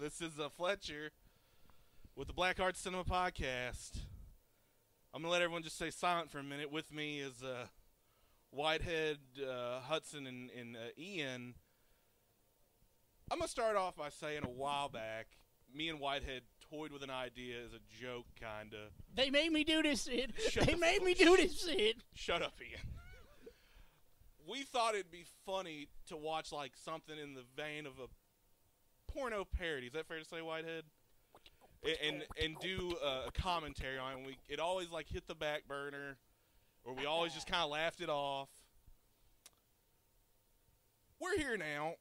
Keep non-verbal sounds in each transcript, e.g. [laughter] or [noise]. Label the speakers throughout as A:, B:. A: This is uh, Fletcher with the Black Heart Cinema Podcast. I'm gonna let everyone just stay silent for a minute. With me is uh, Whitehead, uh, Hudson, and, and uh, Ian. I'm gonna start off by saying a while back, me and Whitehead toyed with an idea as a joke, kinda.
B: They made me do this shit.
A: [laughs] Shut
B: they
A: the
B: made
A: fuck-
B: me do this shit.
A: Shut up, Ian. we thought it'd be funny to watch like something in the vein of a porno parody. Is that fair to say, Whitehead? A- And and do uh, a commentary on it. We it always like hit the back burner, or we always just kind of laughed it off. We're here now,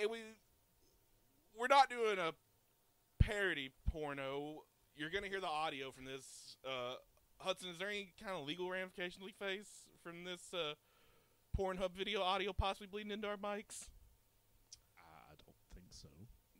A: and we we're not doing a parody porno. You're gonna hear the audio from this. Uh, Hudson, is there any kind of legal ramifications we face from this uh, Pornhub video audio possibly bleeding into our mics?
C: I don't think so.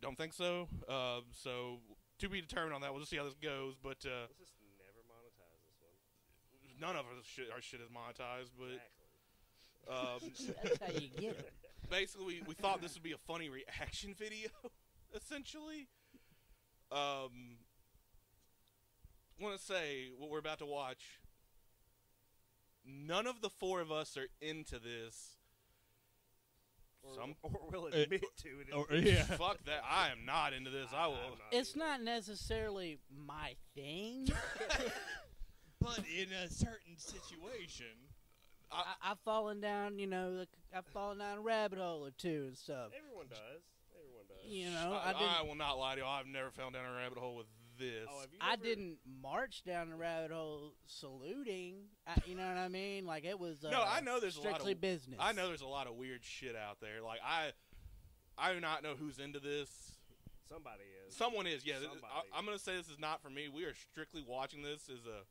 A: Don't think so. Uh, so to be determined on that. We'll just see how this goes. But uh,
D: Let's just never monetize this one.
A: none of our shit, our shit is monetized. But
D: Exactly.
A: um,
B: [laughs] That's how you get them.
A: basically we, we thought this would be a funny reaction [laughs] video essentially um want to say what we're about to watch none of the four of us are into this
D: Or,
A: some
D: [laughs]
A: [laughs]
D: or will
C: Eh,
D: admit to it.
C: Or yeah,
A: fuck that i am not into this i, will
B: It's not necessarily my
A: [laughs]
B: thing.
C: but in a certain situation,
B: I, I've fallen down, you know, the, I've fallen down a rabbit hole or two and stuff.
D: Everyone does. Everyone does.
B: You know,
A: I,
B: I
A: I
B: didn't.
A: will not lie to you i've never found down a rabbit hole with this
D: Oh, have you
B: I
D: never-
B: didn't march down the rabbit hole saluting. I, you know what I mean? Like it was. Uh,
A: No, I know there's a lot of-
B: strictly business.
A: I know there's a lot of weird shit out there. Like I, I do not know who's into this.
D: Somebody is.
A: Someone is, yeah. I,
D: Somebody.
A: I'm gonna say this is not for me. We are strictly watching this as a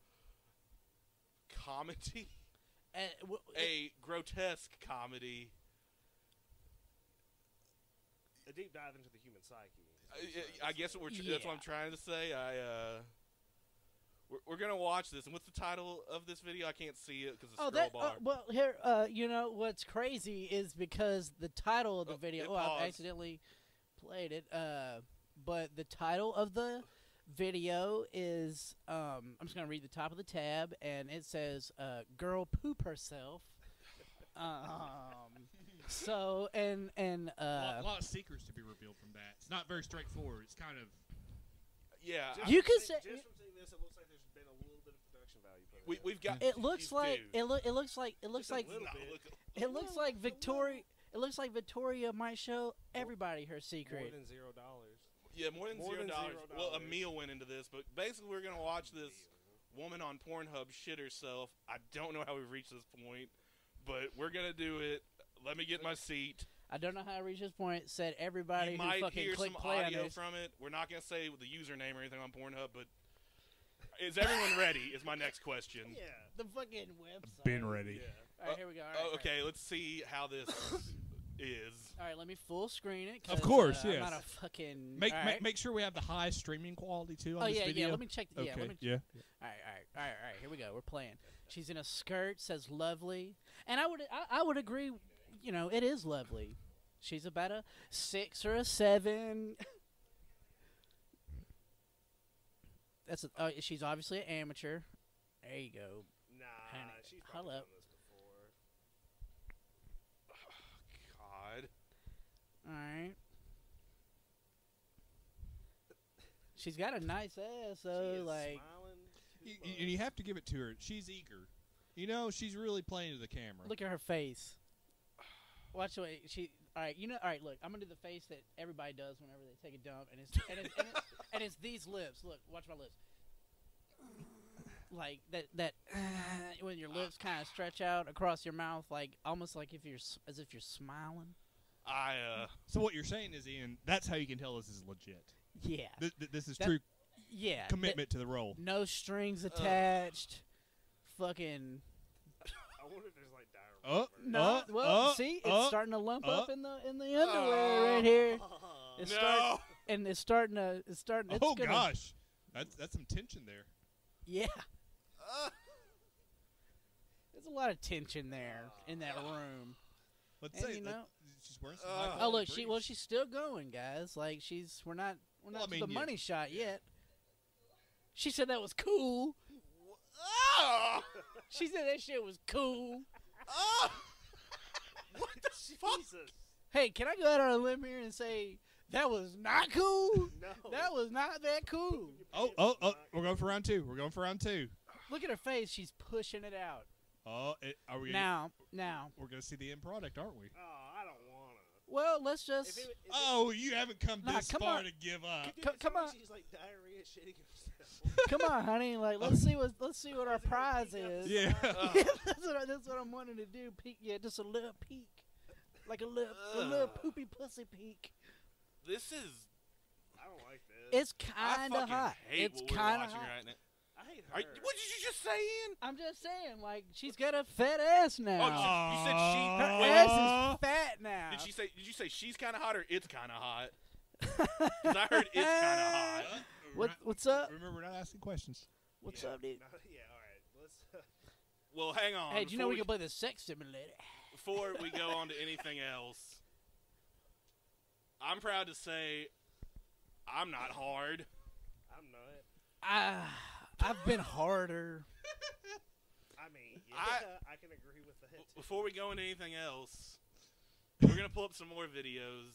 A: comedy,
B: Uh, w-
A: a grotesque comedy.
D: a deep dive into the human psyche.
A: I,
D: is what you're trying to
A: Uh, I I guess
D: say.
A: what we're tr- that's what I'm
B: Yeah.
A: trying to say. I uh, we're, we're gonna watch this. And what's the title of this video? I can't see it because it's
B: Oh,
A: scroll
B: that.
A: bar.
B: Uh, well, here, uh, you know what's crazy is because the title of the
A: Oh,
B: video.
A: it
B: Oh, I
A: paused.
B: accidentally played it. Uh, but the title of the video is. Um, I'm just gonna read the top of the tab, and it says, uh, "Girl poop herself." [laughs] um. So and and
C: a lot,
B: uh,
C: lot of secrets to be revealed from that. It's not very straightforward. It's kind of
A: yeah,
D: Just
A: I-
B: You
D: from
B: can
D: seeing-
B: say-
D: Just from seeing this, it looks like there's been a little bit of production value. Put
A: we,
D: in.
A: we've got.
B: it
A: these
B: looks like
A: dudes.
B: it. Lo- it looks like it looks
D: Just a
B: like
D: little
A: No,
D: bit.
A: look-
B: it
A: [laughs]
B: looks like Victoria. It looks like Victoria might show everybody her
D: more
B: secret.
D: than zero dollars.
A: yeah, more than
D: More
A: zero
D: than
A: dollars.
D: $0.
A: Well, a meal went into this, but basically we're gonna watch this woman on Pornhub shit herself. I don't know how we've reached this point, but we're gonna do it. Let me get my seat.
B: I don't know how I reached this point. Said everybody
A: you
B: who
A: might
B: fucking
A: hear
B: clicked
A: some
B: play on
A: audio
B: this.
A: from it. We're not gonna say the username or anything on Pornhub, but is everyone ready? Is my next question.
D: Yeah.
B: the fucking website.
C: ready.
B: All right, here we go. All right,
A: Oh, okay, let's see how this is.
B: All right, let me full screen it. 'cause,
C: Of course,
B: uh, I'm
C: yes.
B: not a fucking.
C: Make,
B: all right.
C: make make sure we have the highest streaming quality too on
B: Oh
C: this
B: yeah,
C: video.
B: yeah. Let me check. The, yeah,
C: okay.
B: let me. All right, all right, all right, all right. Here we go. We're playing. She's in a skirt. Says lovely, and I would, I, I would agree. You know, it is lovely. She's about a six or a seven. [laughs] That's a, oh, she's obviously an amateur. There you go.
D: Nah,
B: Honey,
D: she's
B: hold
D: probably
B: up.
D: done this before.
A: God,
B: All right. She's got a nice ass,
D: she
B: though.
D: is
B: Like,
D: smiling too
C: You,
D: much.
C: you- you have to give it to her. She's eager. You know, she's really playing to the camera.
B: look at her face. Watch the way she. All right, you know. All right, look. I'm gonna do the face that everybody does whenever they take a dump, and it's and it's, and it's, and it's these lips. Look, watch my lips. Like that that [sighs] when your lips kind of stretch out across your mouth, like almost like if you're s- as if you're smiling.
A: I uh,
C: so what you're saying is, Ian, that's how you can tell this is legit.
B: Yeah,
C: Th- th- this is
B: That-
C: true
B: yeah. that-
C: commitment to the role.
B: no strings attached. Fucking
D: I wonder if there's like
C: Oh,
D: diarrhea.
B: no.
C: Uh,
B: well,
C: uh,
B: see, it's
C: uh,
B: starting to lump
C: uh.
B: up in the in the underwear right here. It's
A: no. [laughs]
B: start- and it's starting to it's starting. It's
C: oh
B: gonna,
C: gosh, that's that's some tension there.
B: yeah. There's a lot of tension there in that room.
C: Let's
B: And
C: say
B: you
C: let-
B: know-
C: she's wearing some.
A: Oh.
C: high
B: Oh
C: quality
B: look, she well
C: briefs.
B: she's still going, guys. Like she's we're not we're not
C: Well, I
B: to
C: mean,
B: the
C: yeah.
B: money shot
C: Yeah.
B: yet. She said that was cool.
A: Oh!
B: She said that shit was cool.
A: Oh! what the fuck?
D: [laughs] Jesus.
B: Hey, can I go out on a limb here and say that was not cool?
D: No.
B: That was not that cool.
C: Oh, oh, oh! We're going for round two. We're going for round two.
B: Look at her face. She's pushing it out.
C: Oh, it, are we? Gonna,
B: Now, now.
C: we're going to see the end product, aren't we?
D: Oh, I don't want to.
B: Well, let's just.
C: Oh, you haven't come
B: Nah,
C: this
B: come
C: far
B: on.
C: to give up.
B: Co- come on.
D: She's like diarrhea [laughs] shitting herself.
B: Come on, honey. Like, let's see what let's see what our prize is.
C: Yeah.
A: Uh,
B: [laughs] that's, what I, that's what I'm wanting to do. Peek, yeah, just a little peek, like a little a little
A: Ugh.
B: poopy pussy peek.
A: this is.
D: I don't like this.
B: It's
A: I
B: kind
A: fucking
B: of hot.
A: hate
B: it's
A: what we're
B: kind of
A: watching
B: hot.
A: right now.
D: I hate her.
A: Are, what did you just say, Ian?
B: I'm just saying, like she's got a fat ass now.
A: Oh, you said she-
B: Her
A: wait.
B: ass is fat now.
A: Did she say? Did you say she's kind of hot or it's kind of hot? 'Cause I heard it's kind of hot.
C: [laughs] Uh, we're
B: What,
C: not-
B: what's up?
C: [laughs] Remember, we're not asking
B: [laughs]
C: questions.
B: What's
D: yeah.
B: up, dude?
D: No, [laughs] yeah, all right. Let's. [laughs]
A: Well, hang on.
B: Hey, do you know
A: before
B: we can play the sex simulator?
A: [laughs] before we go on to anything else, I'm proud to say I'm
C: [laughs]
A: not hard.
D: I'm not.
B: Ah, I've been harder.
D: I mean, yeah, [laughs]
A: I-
D: I can agree with that.
A: B-
D: too.
A: Before we go into anything else, we're gonna pull up some more videos.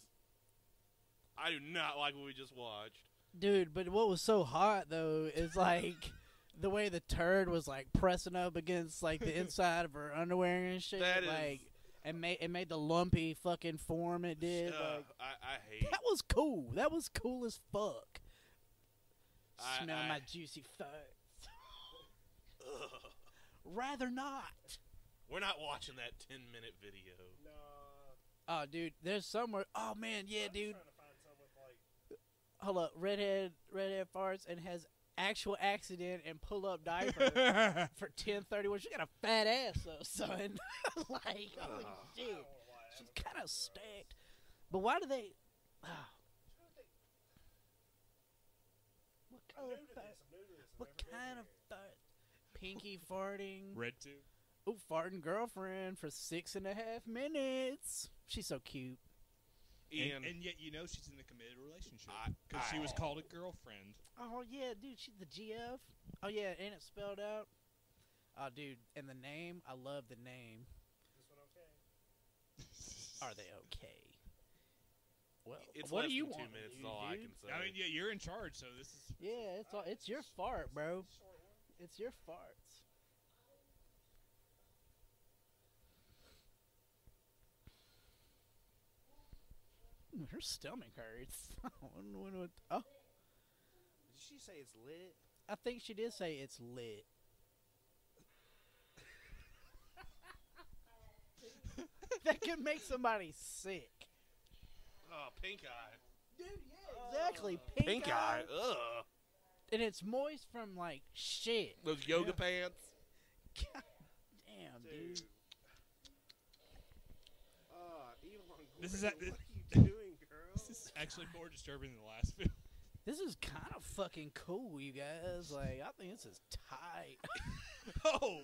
A: I do not like what we just watched.
B: Dude, but what was so hot though is like the way the turd was like pressing up against
A: [laughs]
B: like the inside of her underwear and shit.
A: That is-
B: like and made it made the lumpy fucking form it did.
A: Uh,
B: like,
A: I, I hate.
B: that was cool. That was cool as fuck.
A: I-
B: Smell
A: I-
B: my juicy
A: [laughs]
B: farts. [laughs] Rather not.
A: We're not watching that 10 minute video.
D: No.
B: Oh, dude, there's somewhere. Oh man, yeah,
D: I'm
B: dude.
D: Trying to find someone with, like,
B: Hold up, redhead, redhead farts and has actual accident and pull
A: [laughs]
B: up diaper. for ten thirty one. She got a fat ass though, son. [laughs] like holy
A: Ugh.
D: I
B: Oh, shit,
D: don't know why I
B: she's
D: haven't
B: kind
D: been
B: of
D: through those.
B: stacked. But why do they? ah,
D: I'm trying to
B: what kind
D: think. I'm new
B: of
D: to
B: fart?
D: this. I'm
B: What kind
D: new to this. I've never been
B: of
D: here.
B: fart? Pinky farting.
C: Red two.
B: Ooh, farting girlfriend for six and a half minutes. She's so cute.
A: Ian,
C: And, and yet, you know, she's in a committed relationship
A: I-
C: because she was
A: I-
C: called a girlfriend.
B: Oh yeah, dude, she's the GF. Oh yeah, ain't it spelled out? Oh dude, and the name. I love the name.
D: This one okay?
B: Are
C: [laughs]
B: they okay? Well,
A: it's
B: what
A: less
B: do you
A: than two
B: want?
A: minutes, is
B: me to do,
A: all I
B: dude?
A: can say.
C: I mean, yeah, you're in charge, so this is.
B: Yeah, it's all,
D: Alright,
B: it's your
D: this-
B: fart,
D: this
B: bro.
D: is a short one.
B: It's your farts. Mm, Her stomach hurts. [laughs] I don't know what- oh,
D: Did she say it's lit?
B: I think she did say it's lit. [laughs] that can make somebody sick.
A: oh, pink eye.
B: Dude,
D: Oh.
B: yeah, exactly. Pink,
A: Uh, Pink
B: eye.
A: eye. Ugh.
B: And it's moist from like shit. [laughs]
A: Those yoga pants.
B: God damn, dude.
D: Ah, Elon
C: This is
D: Gordon,
C: a-
D: what are
C: [laughs]
D: you doing, girl?
C: This is actually more disturbing than the last [laughs] film.
B: This is kind of fucking cool, you guys. Like, I think this is tight. [laughs]
C: oh,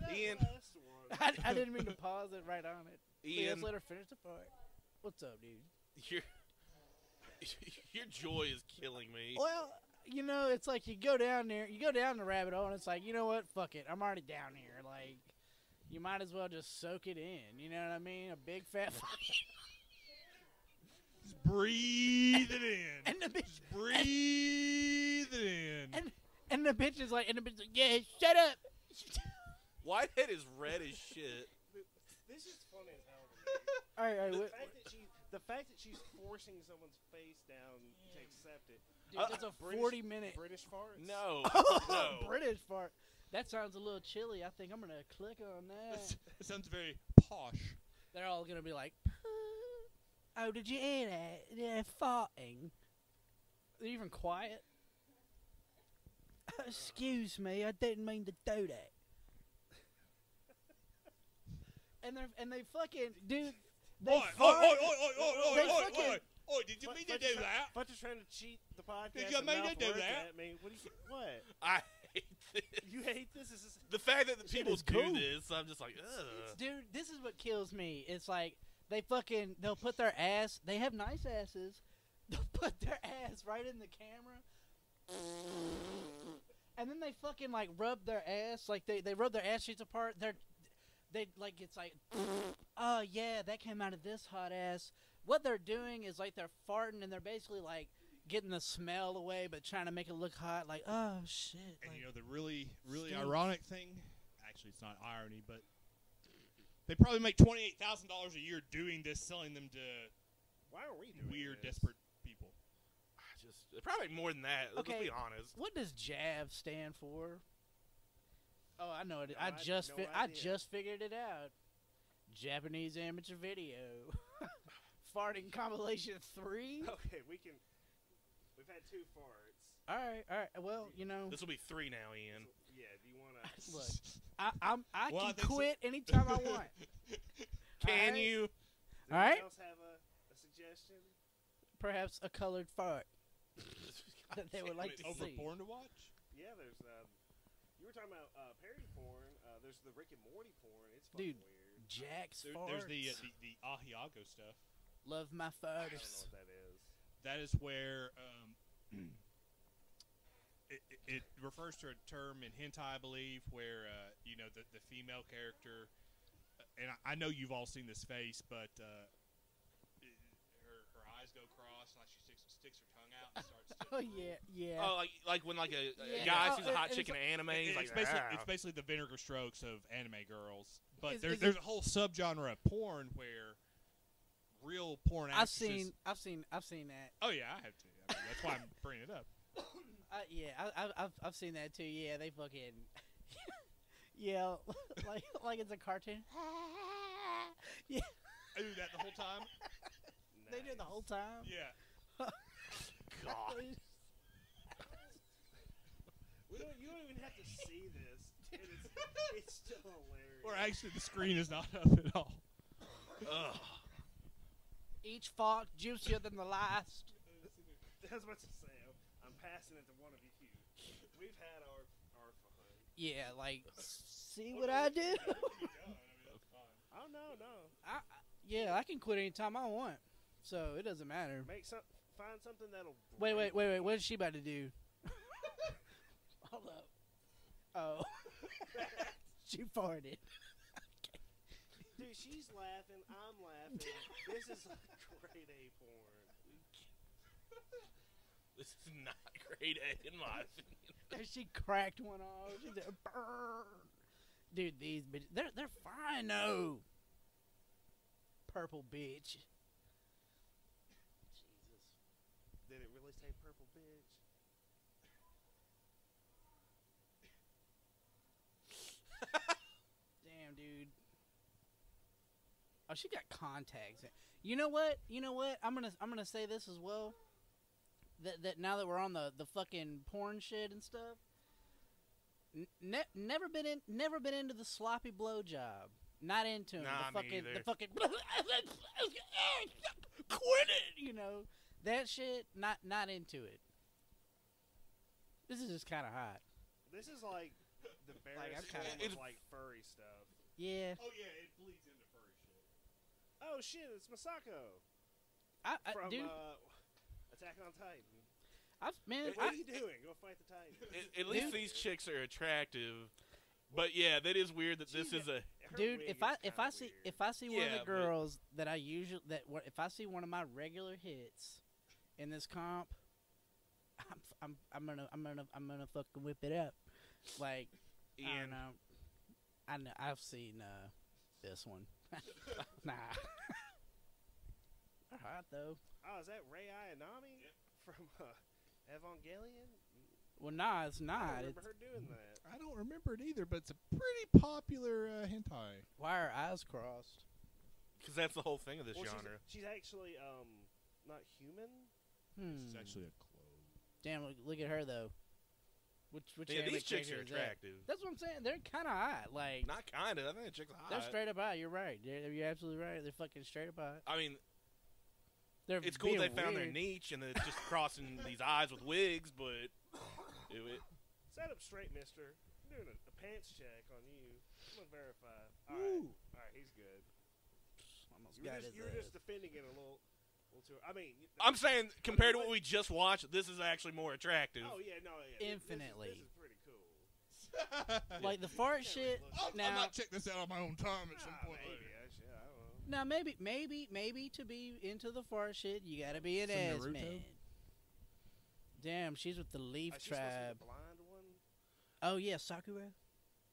D: That
A: Ian-
D: last one.
B: I, I didn't mean to pause it right on it.
A: Ian,
B: Let's let her finish the part. What's up, dude?
A: your, [laughs] your joy is killing me.
B: Well, you know, it's like you go down there, you go down the rabbit hole, and it's like, you know what? Fuck it. I'm already down here. Like, you might as well just soak it in. You know what I mean? A big fat [laughs] fucking.
C: just breathe it in.
B: And the bitch.
C: just breathe it in.
B: And, and the bitch is like, and the bitch is like, yeah, shut up.
A: Whitehead is red as
B: [laughs]
A: shit.
D: This is funny as hell. to
B: all right, all right.
D: me. The
B: What,
D: fact that she, the fact that she's forcing someone's face down to accept it.
B: dude,
A: Uh,
B: that's a
D: British-
B: 40 minute
D: British farts.
A: No.
B: [laughs] Oh,
A: no.
B: British fart. That sounds a little chilly. I think I'm gonna click on that.
C: That sounds very posh.
B: They're all gonna be like, "Oh, did you hear that? They're farting." They're even quiet. [laughs] Excuse me, I didn't mean to do [laughs] that. and they are and they fucking dude. They
C: Oi, oi, oi,
B: fart.
C: oi, oi, oi, oi,
B: They
C: oi,
B: fucking-
C: oi, oi, Did you
D: Fut-
C: mean to
D: Fut-
C: do
D: try-
C: that?
D: Fut- trying to cheat the podcast.
C: Did you
D: and
C: mean to
D: mouth
C: do
D: words
C: that?
D: At me. What do you? What?
A: I hate this.
D: You hate this? Is this
A: [laughs] The fact that the
B: Shit
A: people
B: is
A: do
B: cool.
A: this, I'm just like, ugh.
B: Dude, this is what kills me. It's like They fucking they'll put their ass. They have nice asses. [laughs] They'll put their ass right in the camera. And then they fucking like rub their ass like they, they rub their ass cheeks apart. They're they like it's like oh yeah that came out of this hot ass. What they're doing is like they're farting and they're basically like getting the smell away but trying to make it look hot. Like oh shit.
C: And
B: like-
C: you know the really, really
B: stinks.
C: ironic thing. Actually, it's not irony, but they probably make twenty eight thousand dollars a year doing this, selling them to
D: Why are we doing
C: weird,
D: this?
C: desperate people.
A: I just probably more than that. Let's
B: Okay.
A: be honest.
B: What does JAV stand for? Oh, I know it.
D: No,
B: I
D: I have
B: just
D: no
B: fi- I
D: idea.
B: just figured it out. Japanese amateur video. [laughs] Farting compilation three.
D: [laughs] Okay, we can. We've had two farts.
B: [laughs] All right, all right. Well, you know,
A: This will be three now, Ian. [laughs]
D: So, yeah, do you want to?
B: [laughs] look, I I'm, I
C: Well, I
B: can
C: think so.
B: quit anytime I want.
A: Can
B: Alright.
A: you?
D: Does
B: All right.
D: anyone else have a, a suggestion?
B: Perhaps a colored fart. That [laughs] they
A: damn
B: would like
A: it.
C: [laughs]
B: to
C: Over
B: see.
C: porn to watch?
D: Yeah, there's. Um, you were talking about uh, parody porn. Uh, there's the Rick and Morty porn. It's fucking
B: Dude.
D: weird.
B: Jack's
C: There, there's
B: farts.
C: the, uh, the the Ahiago stuff.
B: Love my
D: I don't know
B: farters.
D: what that is.
C: That is where um, [clears throat] it, it- it refers to a term in hentai, I believe, where uh, you know the, the female character, uh, and I, I know you've all seen this face, but uh, it, her, her eyes go cross, like she sticks, sticks her tongue out and starts. To
B: [laughs] Oh yeah, yeah.
A: Oh, like like when like a, a
B: Yeah.
A: guy
B: Oh,
A: sees a hot
B: and
A: chick in
B: it's
A: anime,
C: It-
A: he's like,
C: it's, basically,
A: "Ah."
C: it's basically the vinegar strokes of anime girls, but
B: Is-
C: there,
B: is it-
C: there's a whole subgenre of porn where real porn.
B: I've
C: actresses-
B: seen, I've seen, I've seen that.
C: Oh yeah, I have to. I mean, that's why I'm bringing
B: [laughs]
C: it up.
B: Uh, yeah, I, I, I've I've seen that too. Yeah, they fucking [laughs] yeah, [laughs] like like it's a cartoon.
A: "Ah,
C: I do that the whole time.
B: They do it the whole time.
C: Yeah.
A: [laughs] God.
B: [laughs]
D: We don't, you don't even have to see
B: [laughs]
D: this. And it's, it's still hilarious.
C: Or actually, the screen is not [laughs] up at all.
A: Ugh. [laughs]
B: Each fox juicier than the last.
D: That's what to say. I'm, I'm passing it to one of you. We've had our our fun.
B: Yeah, like see what I do. [laughs]
D: [laughs] Oh no, no.
B: I, yeah, I can quit anytime I want, so it doesn't matter.
D: Make some. Find something that'll.
B: Wait, wait,
D: break [laughs]
B: wait, wait. What is she about to do? [laughs] Hold up. Oh, [laughs] she farted.
D: Dude, she's laughing. I'm laughing. this is like [laughs] grade A porn.
A: This is not [laughs] grade A in my opinion.
B: And [laughs] she cracked one off. She said, "Brrr." Dude, these bitches, they're, they're fine though. Purple bitch.
D: Jesus. Did it really say purple bitch?
B: Damn, dude. Oh, she got contacts. You know what? You know what? I'm gonna I'm gonna say this as well. That that now that we're on the the fucking porn shit and stuff. n- Ne- never been in, never been into the sloppy blowjob. Not into 'em.
A: Nah, me
B: the fucking,
A: neither.
B: the fucking, [laughs] quit it. You know that shit. Not not into it. This is just kind of hot.
D: This is like the
B: I'm
D: barest
B: kinda-
D: form of
A: It-
D: like furry stuff.
B: Yeah,
C: Oh yeah, it bleeds into furry shit.
D: Oh shit! It's Masako
B: I, I
D: from
B: dude,
D: uh, Attack on Titan.
B: I've man,
D: What
B: I,
D: are you doing? Go fight the Titan.
A: At, at least
D: Dude.
A: these chicks are attractive. But yeah, that is weird that this
D: She's
A: is a
D: Her
B: dude
D: wig
B: if
D: is
B: i if
D: kinda
B: i see
D: weird.
B: if i see one
A: Yeah,
B: of
A: but-
B: the girls that i usually that wha- if i see one of my regular hits in this comp i'm f- i'm, I'm gonna i'm gonna i'm gonna fucking whip it up like
A: Ian.
B: i don't know i know i've seen uh this one [laughs] nah [laughs] they're hot though
D: Oh, is that Ray Ayanami from uh, Evangelion?
B: well nah it's
D: I
B: not
D: don't
B: it's,
D: remember her doing that.
C: I don't remember it either, but it's a pretty popular uh, hentai.
B: why are eyes crossed
A: Because that's the whole thing of this
D: Well, she's-
A: genre.
D: She's, actually um not human.
B: hmm.
C: a clone.
B: damn look, look at her though which which
A: Yeah,
B: anime
A: these chicks are
B: character is that?
A: attractive.
B: that's what i'm saying they're kind of hot like
A: Not kind of. I think the chicks are
B: They're
A: hot.
B: straight up out. You're right. You're, you're absolutely right. They're fucking straight up out.
A: I mean,
B: They're
A: it's cool
B: being
A: they found their
B: weird.
A: niche and they're
D: [laughs]
A: just crossing these eyes with wigs, but do it.
D: Set up straight, Mister. I'm doing a, a
E: [laughs]
D: pants check on you. I'm gonna verify. All right, all right, he's good.
B: Almost this
D: You're
B: guy
D: just,
B: does
D: you're
B: this.
D: just defending it a little, little too. I mean, y-
A: I'm saying compared to what we just watched, this is actually more attractive.
D: Oh yeah, no, yeah, this-
B: Infinitely.
D: This is, this is pretty cool.
C: [laughs]
B: like the fart
D: Yeah,
B: shit.
D: look.
C: I'll,
B: Now-
C: I might check this out on my own time at some
D: Ah,
C: point.
D: maybe
C: later.
D: I should- I don't
B: Now
D: know.
B: maybe, maybe, maybe to be into the fart shit, you gotta be an
E: Some
B: ass
E: Naruto?
B: man. Damn, she's with the Leaf
D: Oh, she's supposed to be
B: Tribe.
D: the blind one.
B: Oh yeah, Sakura.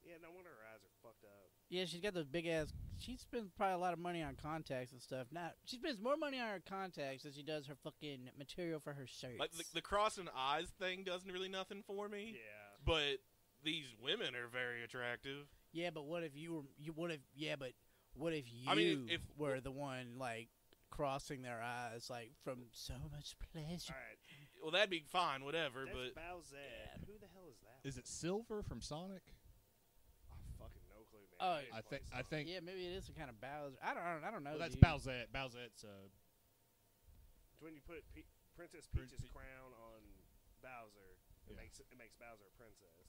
D: Yeah, no wonder her eyes are fucked up.
B: Yeah, she's got those big ass. She spends probably a lot of money on contacts and stuff. Not she spends more money on her contacts than she does her fucking material for her shirts.
A: Like the, the crossing eyes thing doesn't really nothing for me,
D: Yeah.
A: but these women are very attractive.
B: yeah, but what if you were? You what if? Yeah, but what if you
A: I mean, if-
B: were the one like crossing their eyes like from so much pleasure?
D: All right.
A: Well, that'd be fine, whatever.
D: That's
A: But
D: Bowsette.
B: Yeah.
D: Who the hell is that?
E: Is it Silver from Sonic?
D: I fucking no clue, man.
B: Oh,
D: didn't
E: I
D: play
E: think. I
D: Sonic.
E: think.
B: Yeah, maybe it is a kind of Bowser. I don't. I don't, I don't know.
E: well, that's
B: dude.
E: Bowsette. Bowsette's uh,
D: It's when you put Pe- Princess
C: Prin-
D: Peach's
C: Pe-
D: crown on Bowser, it
E: Yeah.
D: makes it makes Bowser a princess.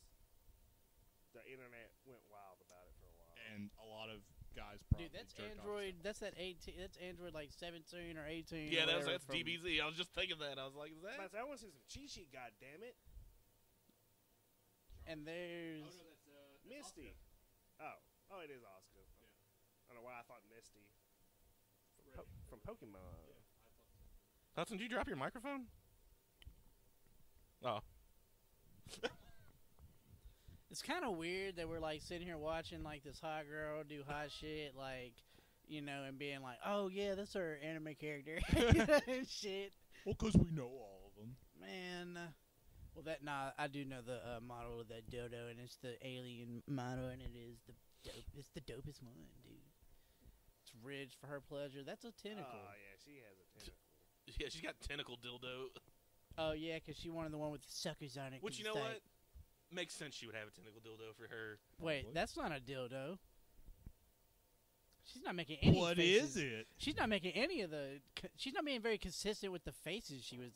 D: The internet went wild about it for a while.
C: And a lot of guys probably.
B: Dude, that's
C: jerked off to
B: Android.
E: Oh,
B: That's that eighteen. That's Android like seventeen or eighteen. or
A: yeah, that was,
B: whatever
A: that's
B: from-
A: DBZ. I was just thinking that. I was like, is
D: But I
A: that?
D: said, I want to see some cheat sheet. God damn it,
B: And there's
E: uh,
D: Misty. Oh, oh, it is Oscar. I don't know why I thought Misty from, po- from Pokemon.
A: Hudson, did you drop your microphone?
B: it's kind of weird that we're like sitting here watching like this hot girl do hot shit, like you know, and being like, oh yeah, that's her anime
A: [laughs]
B: character, [laughs] shit,
E: Well, because we know all of them.
B: man. Well, that nah, I do know the uh, model of that dodo, and it's the alien model, and it is the dope. It's the dopest one, dude. It's ridged for her pleasure. That's a tentacle.
D: Oh yeah, she has a tentacle.
A: Yeah, she's got tentacle dildo.
B: Oh yeah, because she wanted the one with the suckers on it.
A: Which
B: 'cause
A: you know
B: it's like-
A: what? Makes sense. She would have a tentacle dildo for her.
B: Wait,
E: Probably.
B: that's not a dildo. She's not making any.
E: What
B: faces.
E: is it?
B: She's not making any of the. co- She's not being very consistent with the faces she was.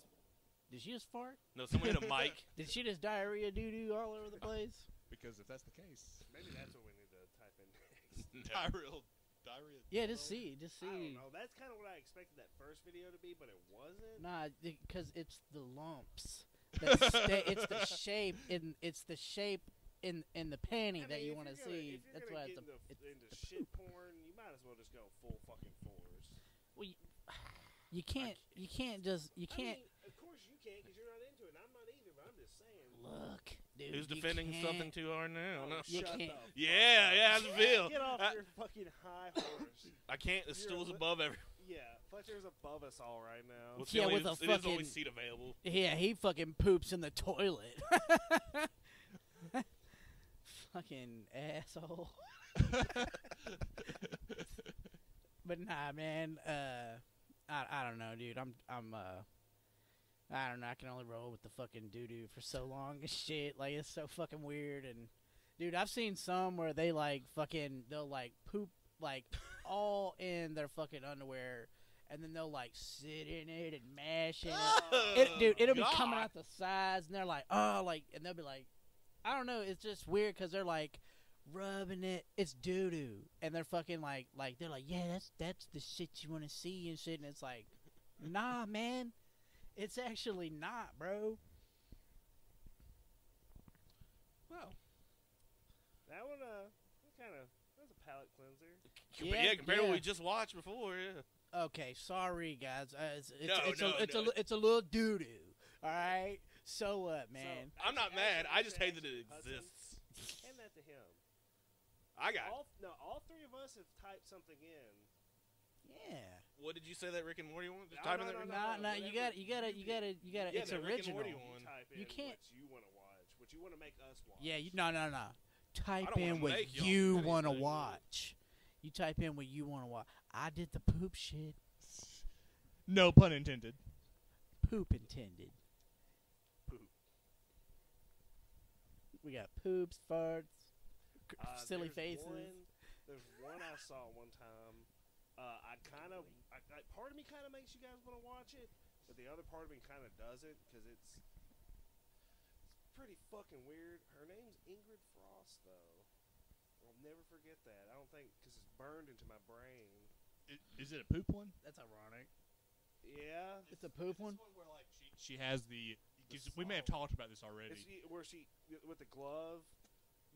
B: Did she just fart?
A: No, someone hit a mic.
B: Did she just diarrhea doo doo all over the place?
E: Because if that's the case,
D: Maybe that's what we need to type in
B: [laughs]
D: next.
A: No.
E: diarrhea. Diarrhea.
B: Yeah, just see, just
D: I don't
B: see.
D: know. That's kind of what I expected that first video to be, but it wasn't.
B: Nah, because it's the lumps. That sta- it's the shape in. It's the shape in in the panty that
D: I mean,
B: you
D: if
B: want to
D: you're gonna-
B: see.
D: If you're
B: That's
D: gonna
B: why it's a.
D: get into,
B: It's,
D: into shit porn, you might as well just go full fucking force.
B: well,
D: [sighs]
B: you, you can't. You can't just. You can't.
D: I mean, of course you can't because you're not into it. and I'm not either, but I'm just saying.
B: Look, dude.
A: Who's
B: you
A: defending
B: can't-
A: something too hard
D: Oh,
A: now? No.
B: you
D: shut
B: can't-
D: the fuck
A: Yeah,
D: up.
A: yeah, that's the feel.
D: Get off
A: I-
D: your fucking high horse.
A: [coughs] I can't. The
D: You're
A: stool's
D: a- Oh,
A: above every.
D: yeah, Fletcher's above us all right now.
A: Well, it's
B: Yeah,
A: the only,
B: with a
A: it is the only
B: fucking-
A: seat available.
B: Yeah, he fucking poops in the toilet. [laughs] fucking asshole. [laughs] but nah, man. Uh, I I don't know, dude. I'm I'm uh. I don't know. I can only roll with the fucking doo doo for so long and shit. Like it's so fucking weird. And dude, I've seen some where they like fucking they'll like poop like all in their fucking underwear, and then they'll like sit in it and mash it. It, dude, it'll be coming
A: Oh, God.
B: out the sides, and they're like, oh, like, and they'll be like, I don't know, it's just weird because they're like rubbing it, it's doo doo, and they're fucking like, like they're like, yeah, that's that's the shit you want to see and shit, and it's like, nah, man, it's actually not, bro.
A: Well,
D: That one, uh, kind of, that's a palate cleanser.
A: yeah,
B: Yeah,
A: yeah compared to
B: yeah.
A: what we just watched before, yeah.
B: Okay, sorry guys, uh, it's it's,
A: No,
B: it's
A: no,
B: a it's
A: no.
B: a it's a little doo doo. All right, so what, man?
A: I'm not mad. I just hate that it
D: Hudson.
A: exists.
D: Hand that to him.
A: I got.
D: All, no, all three of us have typed something in.
B: yeah,
A: What did you say that Rick and Morty one? Just
D: No,
A: type
D: no,
A: in
D: no,
A: that.
D: no.
B: nah, nah, you
D: whatever
B: got you gotta you
D: you
B: gotta you gotta.
A: Yeah,
B: it's
A: that Rick and
B: original.
A: Morty
D: You
A: one.
D: type in
B: You can't-
D: what you want to watch, what you want to make us watch.
B: Yeah, you, no, no, no. Type
A: wanna
B: in what
A: make y'all
B: you
A: do
B: want to
A: anything, dude.
B: watch. You type in what you want to watch. I did the poop shit.
E: No pun intended.
B: Poop intended.
D: Poop.
B: We got poops, farts, gr-
D: Uh,
B: silly
D: there's
B: faces.
D: One, there's one I saw one time. Uh, I kind of, I, I, part of me kind of makes you guys want to watch it, but the other part of me kind of doesn't because it's, it's pretty fucking weird. Her name's Ingrid Frost, though. I'll never forget that. I don't think because it's burned into my brain.
C: i- is it a poop one?
B: That's ironic.
D: Yeah.
B: It's a poop one.
C: where like she, she has the. 'cause we may have
D: song.
C: talked about this already.
D: It's y- where she with the glove.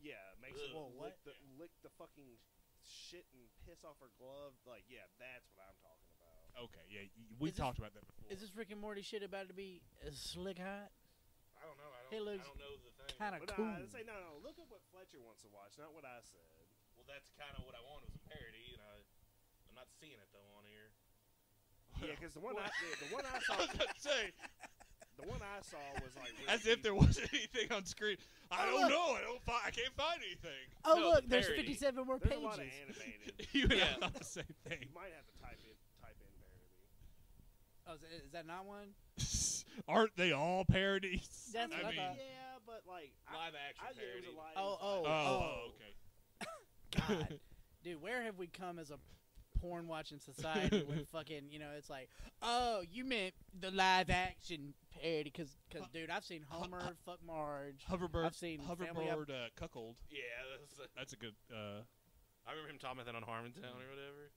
D: Yeah, makes it
B: Whoa,
D: lick
B: what?
D: the lick the fucking shit and piss off her glove. Like, yeah, that's what I'm talking about.
C: Okay, yeah, y- we've
B: this-
C: talked about that before. [laughs]
B: Is this Rick and Morty shit about to be uh, slick hot?
A: I don't know. I don't,
B: He looks
A: I don't know the thing.
B: Kind of
D: But
B: Ah, cool.
D: nah, say no, no. Look at what Fletcher wants to watch, not what I said.
A: Well, that's kind of what I wanted was a parody, and I, I'm not seeing it though on here.
D: Yeah, because the one I the, the one I saw
C: say,
D: the one I saw was
C: [laughs]
D: like really
C: as if there
D: evil.
C: wasn't anything on screen. I
B: Oh,
C: don't
B: look.
C: know. I don't. Fi- I can't find anything.
B: [laughs] Oh
A: No,
B: look,
A: the
B: there's
A: parody.
B: 57 more
D: There's a lot of
B: pages.
D: animated.
C: [laughs] you and
A: Yeah.
C: I thought the same
D: you
C: thing. [laughs]
D: might have to type in type in parody.
B: Oh, is, that- is that not one?
C: Aren't they all parodies?
B: That's
C: I
B: what I
C: mean,
B: thought.
D: Yeah, but like I,
A: Live action
D: I knew it
A: parody.
D: was a live.
B: Oh,
C: oh,
B: oh,
C: oh, okay. [laughs]
B: [laughs] God, dude, where have we come as a porn watching society?
C: [laughs]
B: When fucking, you know, it's like, oh, you meant the live action parody? Because, dude, I've seen Homer fuck Marge.
C: Hoverbird.
B: I've seen Family
C: hoverbird uh, cuckold.
A: Yeah, that's a,
C: That's a good. Uh,
A: I remember him talking about that on Harmontown or whatever.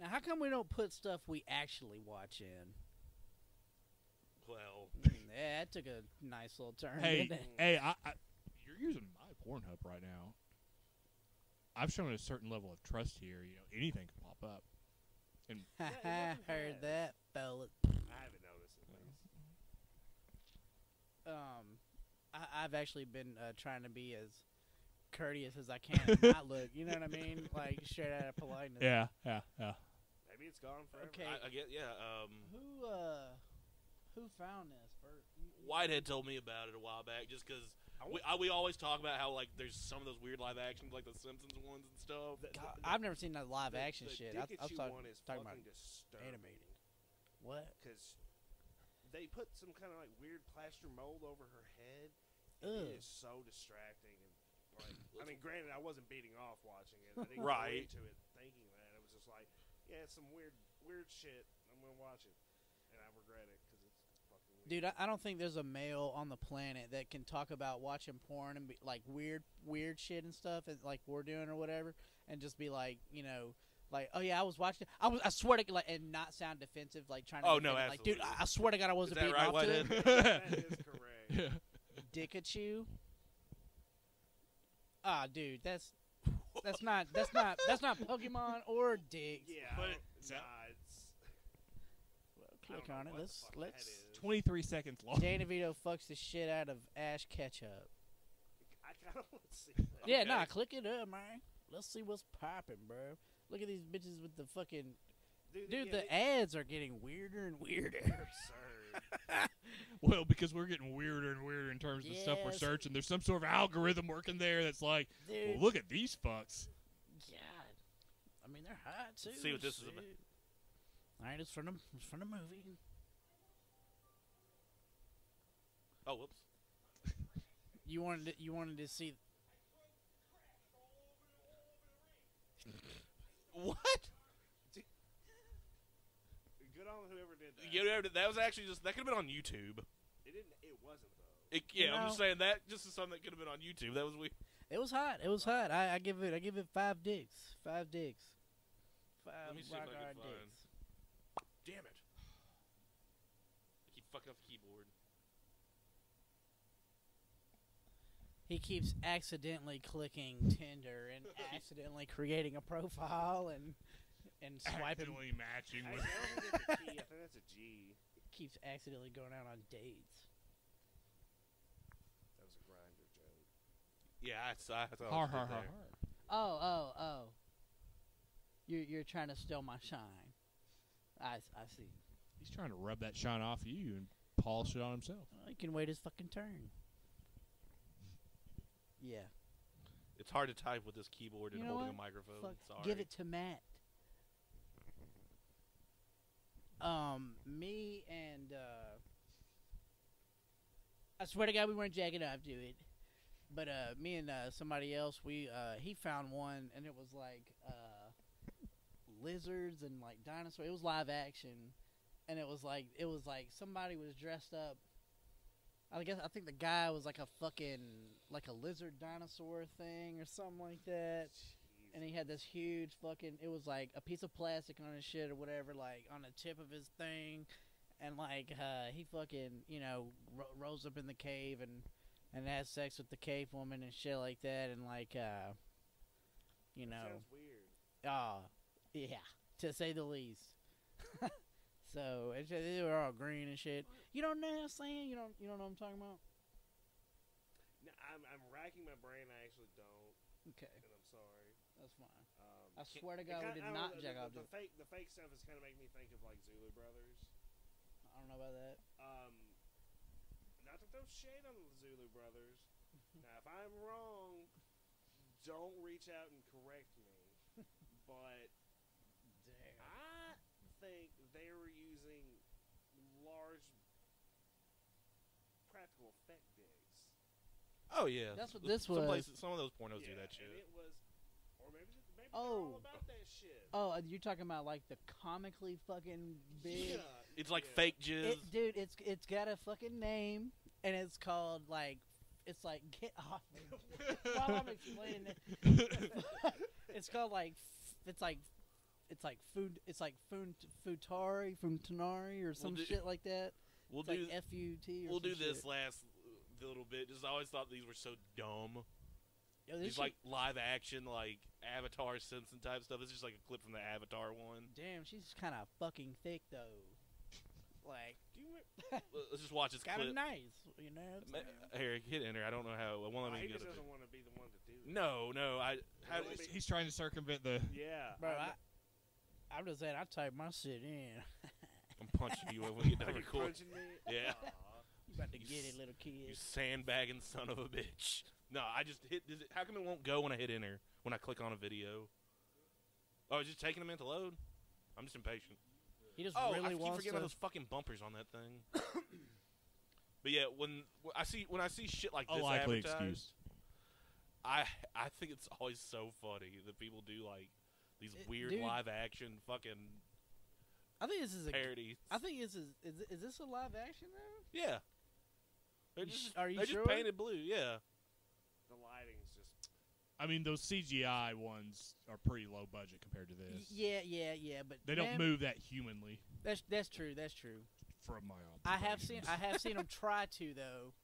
B: Now, how come we don't put stuff we actually watch in?
A: Well,
B: Mm, yeah, that took a nice little turn. [laughs]
C: hey,
B: didn't it?
C: hey, I, I, you're using my Pornhub right now. I've shown a certain level of trust here. You know, anything could pop up.
B: Ha, [laughs]
D: Yeah,
B: ha,
D: it wasn't
B: heard
D: bad.
B: that, fella.
D: I haven't noticed it. Like,
B: Um, I, I've actually been uh, trying to be as courteous as I can, and not look. You know what I
C: [laughs]
B: mean? Like straight out of politeness.
C: Yeah, yeah, [laughs] yeah.
D: maybe it's gone forever.
B: Okay.
A: I, I get yeah. Um,
B: Who uh, who found this? Bert? You- you-
A: Whitehead told me about it a while back, just because we, I, we always talk about how like there's some of those weird live actions, like the Simpsons ones and stuff.
D: The- the-
B: God,
D: the-
B: I've never seen that live
D: the-
B: action
D: the
B: shit. I,
D: Dick that
B: I'm
D: you
B: talking,
D: want is
B: talking about
D: fucking disturbing.
B: animated. what?
D: because they put some kind of like weird plaster mold over her head.
B: Ugh.
D: and It is so distracting. And, like, I mean, granted, I wasn't beating off watching it.
B: [laughs]
D: I didn't
A: Right.
D: go into it thinking that it was just like, yeah, it's some weird, weird shit. I'm gonna watch it, and I regret it because it's fucking weird.
B: Dude, I, I don't think there's a male on the planet that can talk about watching porn and be, like weird, weird shit and stuff, and like we're doing or whatever, and just be like, you know, like, oh yeah, I was watching. I was, I swear to, like, and not sound defensive, like trying to.
A: Oh,
B: defend
A: no,
B: it, like, dude,
A: absolutely.
B: I, I swear to God, I
A: that
B: wasn't beating
A: right,
B: off to
A: Whitehead?
B: it. [laughs]
D: that is correct.
C: yeah.
B: Dickachu. Ah, dude, that's that's not that's not that's
D: [laughs]
B: not Pokemon or Dick.
D: Yeah,
C: But it-
D: I don't-
C: so-
D: nah, it's I
B: Click
D: don't know
B: on it.
D: what the
B: Let's
D: fuck that
B: let's.
D: is.
C: Twenty-three seconds
B: [laughs]
C: long.
B: Dan DeVito fucks the shit out of Ash Ketchup.
D: [laughs] I kind of want to see. That.
B: Yeah,
A: Okay.
B: nah, click it up, man. Let's see what's popping, bro. Look at these bitches with the fucking dude.
D: yeah,
B: The
D: they-
B: ads are getting weirder and
A: [laughs]
B: weirder.
D: absurd.
C: [laughs] Well, because we're getting weirder and weirder in terms of the stuff we're
B: Yes.
C: searching. There's some sort of algorithm working there that's like,
B: Dude,
C: well, look at these fucks.
B: God. I mean, they're hot too.
A: Let's see what this is about.
B: shit. All right, it's from the it's from the movie.
A: Oh, whoops.
B: You wanted to, you wanted to see
A: What?
D: Good on whoever did that.
A: Yeah, that was actually just that could have been on YouTube.
D: It didn't. It wasn't though.
A: It, yeah, I'm
B: No.
A: just saying that just is something that could have been on YouTube. That was we.
B: It was hot. It was hot. I, I give it. I give it five dicks. Five dicks. Five
A: me see if
B: rock
A: I can find-
B: hard dicks.
A: Damn it! I keep fucking up the keyboard.
B: He keeps accidentally clicking Tinder and accidentally creating a profile and and swiping.
C: Accidentally matching
D: I, I
C: with.
D: don't think that's a T. I think that's a G.
B: Keeps accidentally going out on dates.
D: That was a grinder joke.
A: Yeah, I saw. I saw
C: Har,
A: it
C: har, har,
A: there.
C: har.
B: Oh oh oh. You're you're trying to steal my shine. I s- I see.
C: He's trying to rub that shine off you and polish it on himself.
B: Well, he can wait his fucking turn. Yeah.
A: It's hard to type with this keyboard and
B: You know
A: holding a
B: what?
A: microphone. Sorry.
B: Fuck, give it to Matt. Um, me and uh, I swear to God, we weren't jacking up to it. But uh, me and uh, somebody else, we uh, he found one, and it was like uh, lizards and like dinosaurs. It was live action, and it was like it was like somebody was dressed up. I guess I think the guy was like a fucking like a lizard dinosaur thing or something like that.
D: Jesus.
B: and he had this huge fucking. It was like a piece of plastic on his shit or whatever, like on the tip of his thing, and like uh, he fucking you know ro- rolls up in the cave and and has sex with the cave woman and shit like that, and like uh, you know,
D: Sounds weird.
B: ah, yeah, to say the least. [laughs] so it's just, they were all green and shit. You don't know what I'm saying? You don't you don't know what I'm talking about?
D: No, I'm, I'm racking my brain. I actually don't,
B: Okay,
D: and I'm sorry.
B: that's fine.
D: Um,
B: I
A: Can't-
B: swear to
D: it
B: God,
D: kinda-
B: we did
D: I don't
B: not
D: know,
B: jack
D: the,
B: off.
D: the,
B: to-
D: the fake the fake stuff is kind of making me think of like Zulu Brothers.
B: I don't know about that.
D: Um, not to throw shade on the Zulu
B: [laughs]
D: Brothers. now, if I'm wrong, don't reach out and correct me.
B: [laughs]
D: but
B: Damn.
D: I think they were using large practical effect digs.
A: Oh yeah,
B: That's what
A: Th-
B: this
A: some
B: was.
A: places- some of those pornos do
D: Yeah,
A: that
D: And
A: shit.
D: it was, or maybe maybe
B: Oh.
D: they're all about that shit.
B: Oh, uh, you're talking about like the comically fucking big.
D: Yeah,
A: It's like
D: yeah. [laughs]
A: fake jizz.
B: It, dude, it's it's got a fucking name, and it's called like it's like get off. me.
A: [laughs]
B: While
C: [laughs]
B: I'm explaining it, it's called like f- it's like it's like food it's like food futari from Tanari or some
A: do-
B: shit like that.
A: we'll
B: It's
A: do
B: like F U T. or
A: we'll
B: some
A: do this
B: shit.
A: last little bit. Just I always thought these were so dumb.
B: Yo, this
A: These
B: shit-
A: like live action like Avatar Simpson type stuff. It's just like a clip from the Avatar one.
B: [laughs] damn, she's kind of fucking thick though. Like,
D: Do you remember?
A: Let- Let's just watch this
B: kind
A: clip.
B: of nice, you know. what I'm
A: Ma-
B: saying?
A: Here, hit enter. I don't know how. It won't let me
D: Ivan
A: get it.
D: doesn't want to be the one to do. it.
A: No, no. I how,
D: Let me-
E: He's trying to circumvent the.
D: Yeah,
B: Bro,
D: I'm-
B: I, I'm just saying, I type my shit in.
A: I'm punching you when we
B: [laughs]
A: get done
D: you're
A: recording.
D: punching me.
A: [laughs] Yeah.
D: Aw.
B: You about to
A: You
B: get
A: s-
B: it, little
A: You
B: kid.
A: sandbagging son of a bitch. No, I just hit. Does it, how come it won't go when I hit enter when I click on a video? Oh, it's just taking a minute to load. I'm just impatient.
B: He just
A: Oh, I
B: really
A: keep
B: wants
A: forgetting
B: to.
A: about those fucking bumpers on that
B: [coughs]
A: thing. but yeah, when when I see when I see shit like
E: A
A: this
E: likely
A: advertised,
E: excuse.
A: I I think it's always so funny that people do like these
B: It-
A: weird
B: dude.
A: live action fucking
B: I think this is a.
A: parodies.
B: I think this is is, is this a live action though?
A: yeah. They're
B: You
A: just,
B: sh- are you
A: they're
B: sure?
A: just painted blue, yeah.
D: The lighting's just.
E: I mean, those CGI ones are pretty low budget compared to
B: Y-
E: this.
B: Yeah, yeah, yeah. But
E: They don't
B: man,
E: move that humanly
B: That's that's true. That's true.
E: from my
B: I have seen
E: observations.
B: I have seen them try to though.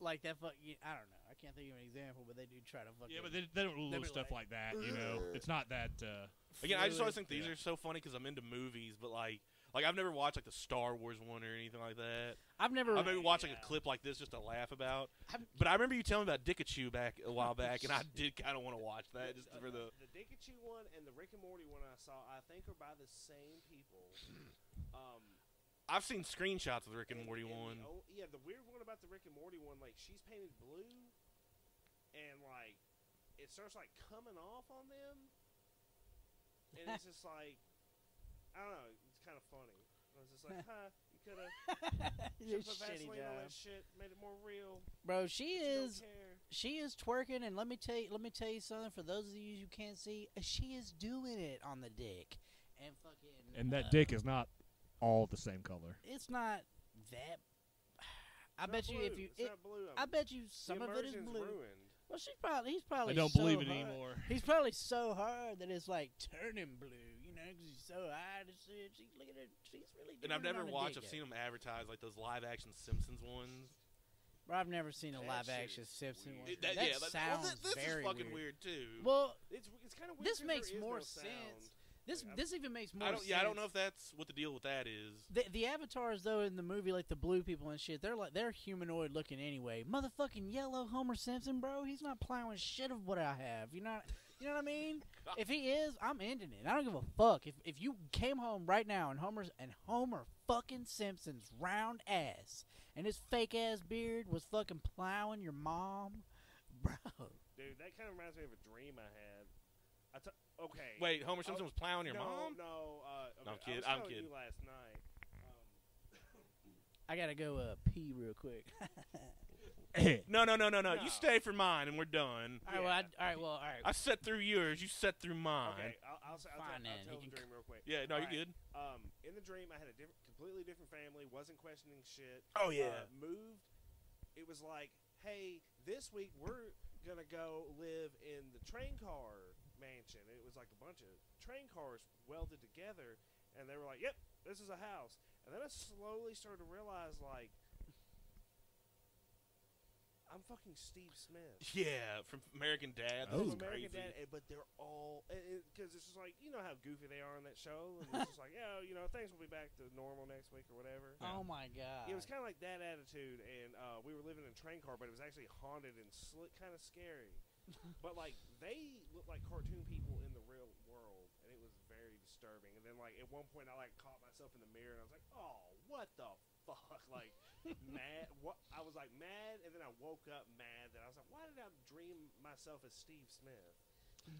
B: Like that fuck. I don't know. I can't think of an example, but they do try to fuck.
E: Yeah, but they, they don't
B: They'd
E: release
B: be
E: stuff
B: like,
E: like that. You know, it's not that. Uh,
A: Again, I just always think these
E: Yeah.
A: are so funny because I'm into movies, but like, like I've never watched like the Star Wars one or anything like that.
B: I've never.
A: I maybe watch like
D: yeah.
A: a clip like this just to laugh about.
B: I'm-
A: but I remember you telling me about Dickachu back a while back, and
B: [laughs]
A: I did kind of want to watch that just for the.
D: the Dickachu one and the Rick and Morty one I saw, I think are by the same people.
A: [clears throat]
D: Um,
A: I've seen screenshots of the Rick and Morty
D: and
A: one.
D: The, o- yeah, the weird one about the Rick and Morty one, like she's painted blue, and like it starts like coming off on them, and it's just like I don't know, it's kind of funny. I was just like, huh, you could have
B: [laughs] This
D: put
B: shitty
D: Vaseline on
B: job.
D: that shit, made it more real.
B: Bro, she
D: but you don't
B: is
D: care.
B: she is twerking, and let me tell you, let me tell you something. For those of you who can't see, uh, she is doing it on the dick, and fucking.
E: and that
B: uh,
E: dick is not all the same color.
B: It's not that. [sighs] I
D: It's not
B: bet you if
D: blue,
B: you,
D: it's
B: it,
D: not blue.
B: I
D: I'm-
B: bet you some
D: the
B: of it is
D: immersion's
B: blue.
D: Ruined.
B: Well, she's probably he's probably.
E: I don't
B: so
E: believe it
B: hard-
E: anymore. [clears throat]
B: He's probably so hard that it's like turning blue, you know, 'cause he's so high to shit. She look at her, she's really.
A: And I've
B: doing it
A: never
B: on the
A: watched. I've
B: dick at
A: seen
B: it.
A: them advertised like those live action Simpsons ones.
B: Bro, I've never seen a
D: That
B: live
D: shit
B: action
D: is
B: Simpson
D: weird.
B: one.
A: It- that, yeah, that- well,
B: sounds
A: thi- this
B: very
A: is fucking weird,
B: weird.
A: too.
B: Well,
D: It's it's kind of weird.
B: This
D: 'cause
B: makes
D: there is
B: more
D: no sound.
B: sense. this
D: Like, I-
B: this even makes more.
A: I don't.
B: sense.
A: Yeah, I don't know if that's what the deal with that is.
B: The, the avatars though in the movie, like the blue people and shit, they're like they're humanoid looking anyway. Motherfucking yellow Homer Simpson, bro, he's not plowing shit of what I have. You know, you know what I
D: [laughs]
B: mean? if he is, I'm ending it. I don't give a fuck. If if you came home right now and Homer's and Homer fucking Simpson's round ass and his fake ass beard was fucking plowing your mom, [laughs] bro.
D: Dude, that kind of reminds me of a dream I had. I t- okay.
A: Wait, Homer Simpson was plowing your
D: no,
A: mom.
D: No,
A: No,
D: uh, okay,
A: I'm
D: I
A: kid-
D: was
A: I'm
D: telling
A: kid.
D: you last night. Um,
B: I gotta go uh, pee real quick. [laughs]
A: No, no, no, no, no.
D: No.
A: You stay for mine, and we're done.
B: all right, well, I, all right, well, all right.
A: I set through yours. You set through mine.
D: okay, I'll, I'll, say- I'll, tell-
B: Fine, then,
D: I'll tell
B: he
D: the
B: can
D: dream real quick.
A: Yeah, no,
D: All
A: you're
D: right,
A: good.
D: Um, in the dream, I had a different, completely different family. Wasn't questioning shit.
A: Oh
D: uh, moved. It was like, hey, this week we're gonna go live in the train car mansion. It was like a bunch of train cars welded together, and they were like, "Yep, this is a house." And then I slowly started to realize, like, I'm fucking Steve Smith.
A: Yeah, from American Dad. This is
B: Oh.
D: From American
A: crazy.
D: Dad, eh, but they're all because it's just like you know how goofy they are on that show, and it's just
A: [laughs]
D: like, yeah, you know, things will be back to normal next week or whatever.
B: Oh my god.
D: Yeah, it was kind of like that attitude, and uh, we were living in a train car, but it was actually haunted and sli kind of scary. but like they looked like cartoon people in the real world, and it was very disturbing. And then like at one point, I like caught myself in the mirror, and I was like, "Oh, what the fuck!" [laughs] Like mad. What I was like mad, and then I woke up mad that I was like, "Why did I dream myself as Steve Smith?"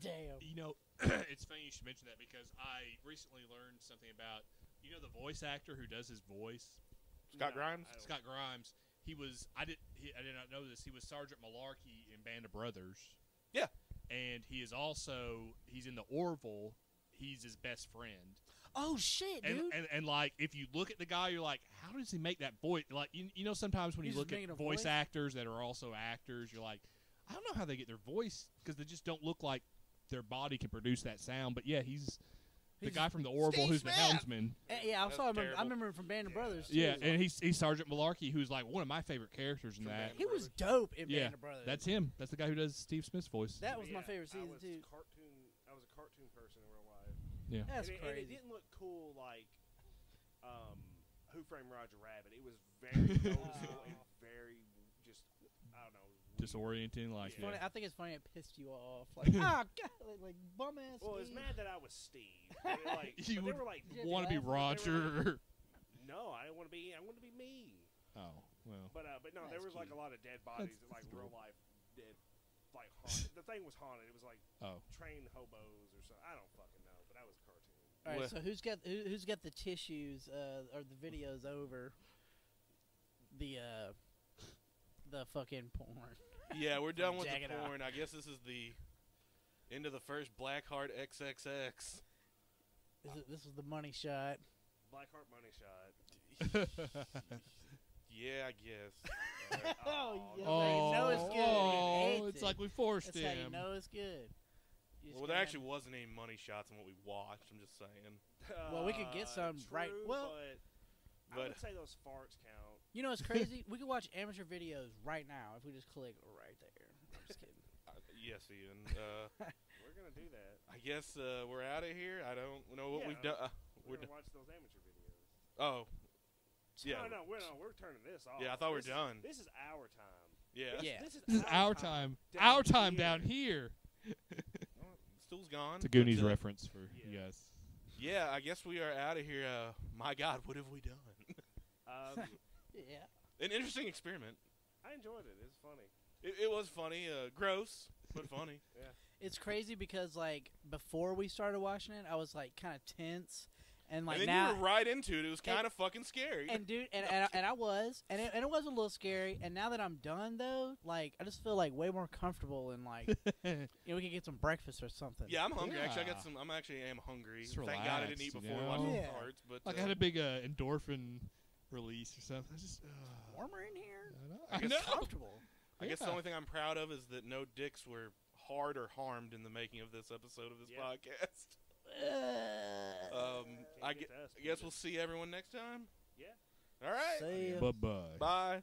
B: Damn.
C: You know, [clears throat] it's funny you should mention that because I recently learned something about you know the voice actor who does his voice,
A: Scott
D: No,
A: Grimes?
D: I don't-
C: Scott Grimes. He was I did he, I did not know this. He was Sergeant Malarkey in Band of Brothers.
A: Yeah.
C: and he is also he's in the Orville. He's his best friend,
B: Oh shit, dude.
C: and, and and like if you look at the guy, you're like, how does he make that voice? Like you, you know sometimes when
B: He's
C: you look
B: just
C: at
B: making a
C: voice,
B: voice?
C: actors that are also actors, you're like, I don't know how they get their voice because they just don't look like their body can produce that sound. But yeah, he's the
B: He's
C: guy from the Orville
A: Steve
C: who's
A: Smith!
C: the helmsman.
B: Eh, yeah, I
A: That's
B: saw him. I
A: terrible.
B: remember him from Band of
D: Yeah.
B: Brothers. too.
C: Yeah, and he's he's Sergeant Malarkey, who's like one of my favorite characters in
A: From
C: that.
A: Band
B: he was dope in
C: Yeah,
B: Band of Brothers.
C: That's him. That's the guy who does Steve Smith's voice.
B: That was
D: But
B: my
D: yeah,
B: favorite
D: I
B: season
D: was
B: too.
D: Cartoon. I was a cartoon person in real life.
B: That's
D: and, it, and it
B: crazy.
D: didn't look cool like um, Who Framed Roger Rabbit. It was
B: [laughs]
D: very noticeable and very just I don't know. weird.
C: Disorienting, like
B: It's
C: yeah.
B: funny. I think it's funny it pissed you off. [laughs] Like, ah, god, like, like bum ass.
D: Well, it's
B: Steve.
D: mad that I was Steve.
B: [laughs]
D: But it, like,
C: You
D: but
C: would-
D: they were like,
B: Yeah,
C: want to be
B: dude,
C: Roger.
D: no, I didn't want to be. I want to be me.
C: [laughs] Oh well,
D: But uh, but no, there
B: That's
D: was like a
B: cute.
D: lot of dead bodies, that, like
C: that's
D: real life dead,
B: [laughs]
D: like haunted. the thing was haunted. It was like
C: oh
D: train hobos or something. I don't fucking know, but I was a cartoon.
B: All right,
A: What?
B: so who's got who, who's got the tissues uh, or the videos over the uh, the fucking porn?
D: [laughs]
A: Yeah, we're done with
B: Jagged
A: the
B: Eye.
A: porn. I guess this is the end of the first Blackheart XXX.
B: This, is, this was the money shot.
D: Blackheart Money Shot.
A: yeah, I
D: [laughs]
A: guess.
D: Uh,
B: [laughs] Oh, yeah.
D: no.
B: you know it's good. He
C: oh,
B: hates
C: it's
B: it.
C: like we forced
B: That's how
C: him.
B: you know it's good. You just
A: well,
B: gotta-
A: there actually wasn't any money shots in what we watched. I'm just saying.
B: Well, we could get
D: Uh,
B: some right-
D: true,
B: well-
D: but I
A: but-
D: would say those farts count.
B: You know what's crazy? we could watch amateur videos right now if we just click right there. I'm just kidding. [laughs]
A: Uh, yes, Ian. Uh,
D: [laughs] We're gonna do that.
A: I guess uh, we're out of here. I don't know what
D: Yeah.
A: we've done. Uh,
D: We're,
A: we're
D: gonna
A: do-
D: watch those amateur videos.
A: oh, yeah,
D: No, no, we're no, we're turning this off.
A: yeah. I thought we
D: This-
A: we're done.
D: This is our time.
A: Yeah,
B: Yeah.
D: This is,
C: This is our time. Our time
D: here.
C: down here.
A: Well, Stool's gone.
C: It's a Goonies
A: But, uh,
C: reference for
D: Yeah.
C: you guys.
A: Yeah, I guess we are out of here. Uh, my God, what have we done?
D: Um,
B: Yeah.
A: An interesting experiment.
D: I enjoyed it. It's funny.
A: It, it was funny, uh, gross,
C: [laughs]
A: but funny.
B: It's crazy because like before we started watching it, I was like kind of tense, and like
A: and then
B: now
A: you were right into it. It was
B: and-
A: kind of fucking scary.
B: and dude, and, and, I, and I was, and it, and it was a little scary. And now that I'm done though, like I just feel like way more comfortable
A: [laughs]
B: and like you know, we could get some breakfast or something.
A: [laughs] yeah, I'm hungry. Actually, I
C: Yeah.
A: got some. I'm actually am hungry.
C: Just
A: Thank God I didn't eat
C: relaxed, you
A: before
C: know?
A: watching
B: Yeah.
A: the cards. But
C: [laughs] like
A: uh,
C: I had a big uh, endorphin release or something. I just. Uh,
B: warmer in here.
C: I
A: guess-
C: know.
B: It's comfortable.
A: I guess the
C: Yeah.
A: only thing I'm proud of is that no dicks were hard or harmed in the making of this episode of this
D: Yeah. [laughs]
A: podcast.
B: Uh,
A: Um,
D: Can't
A: I,
D: get
A: gue-
D: to us,
A: I guess
D: can
A: we'll
D: you?
A: see everyone next time.
D: Yeah.
A: All right.
B: see ya.
C: Bye bye.
A: Bye.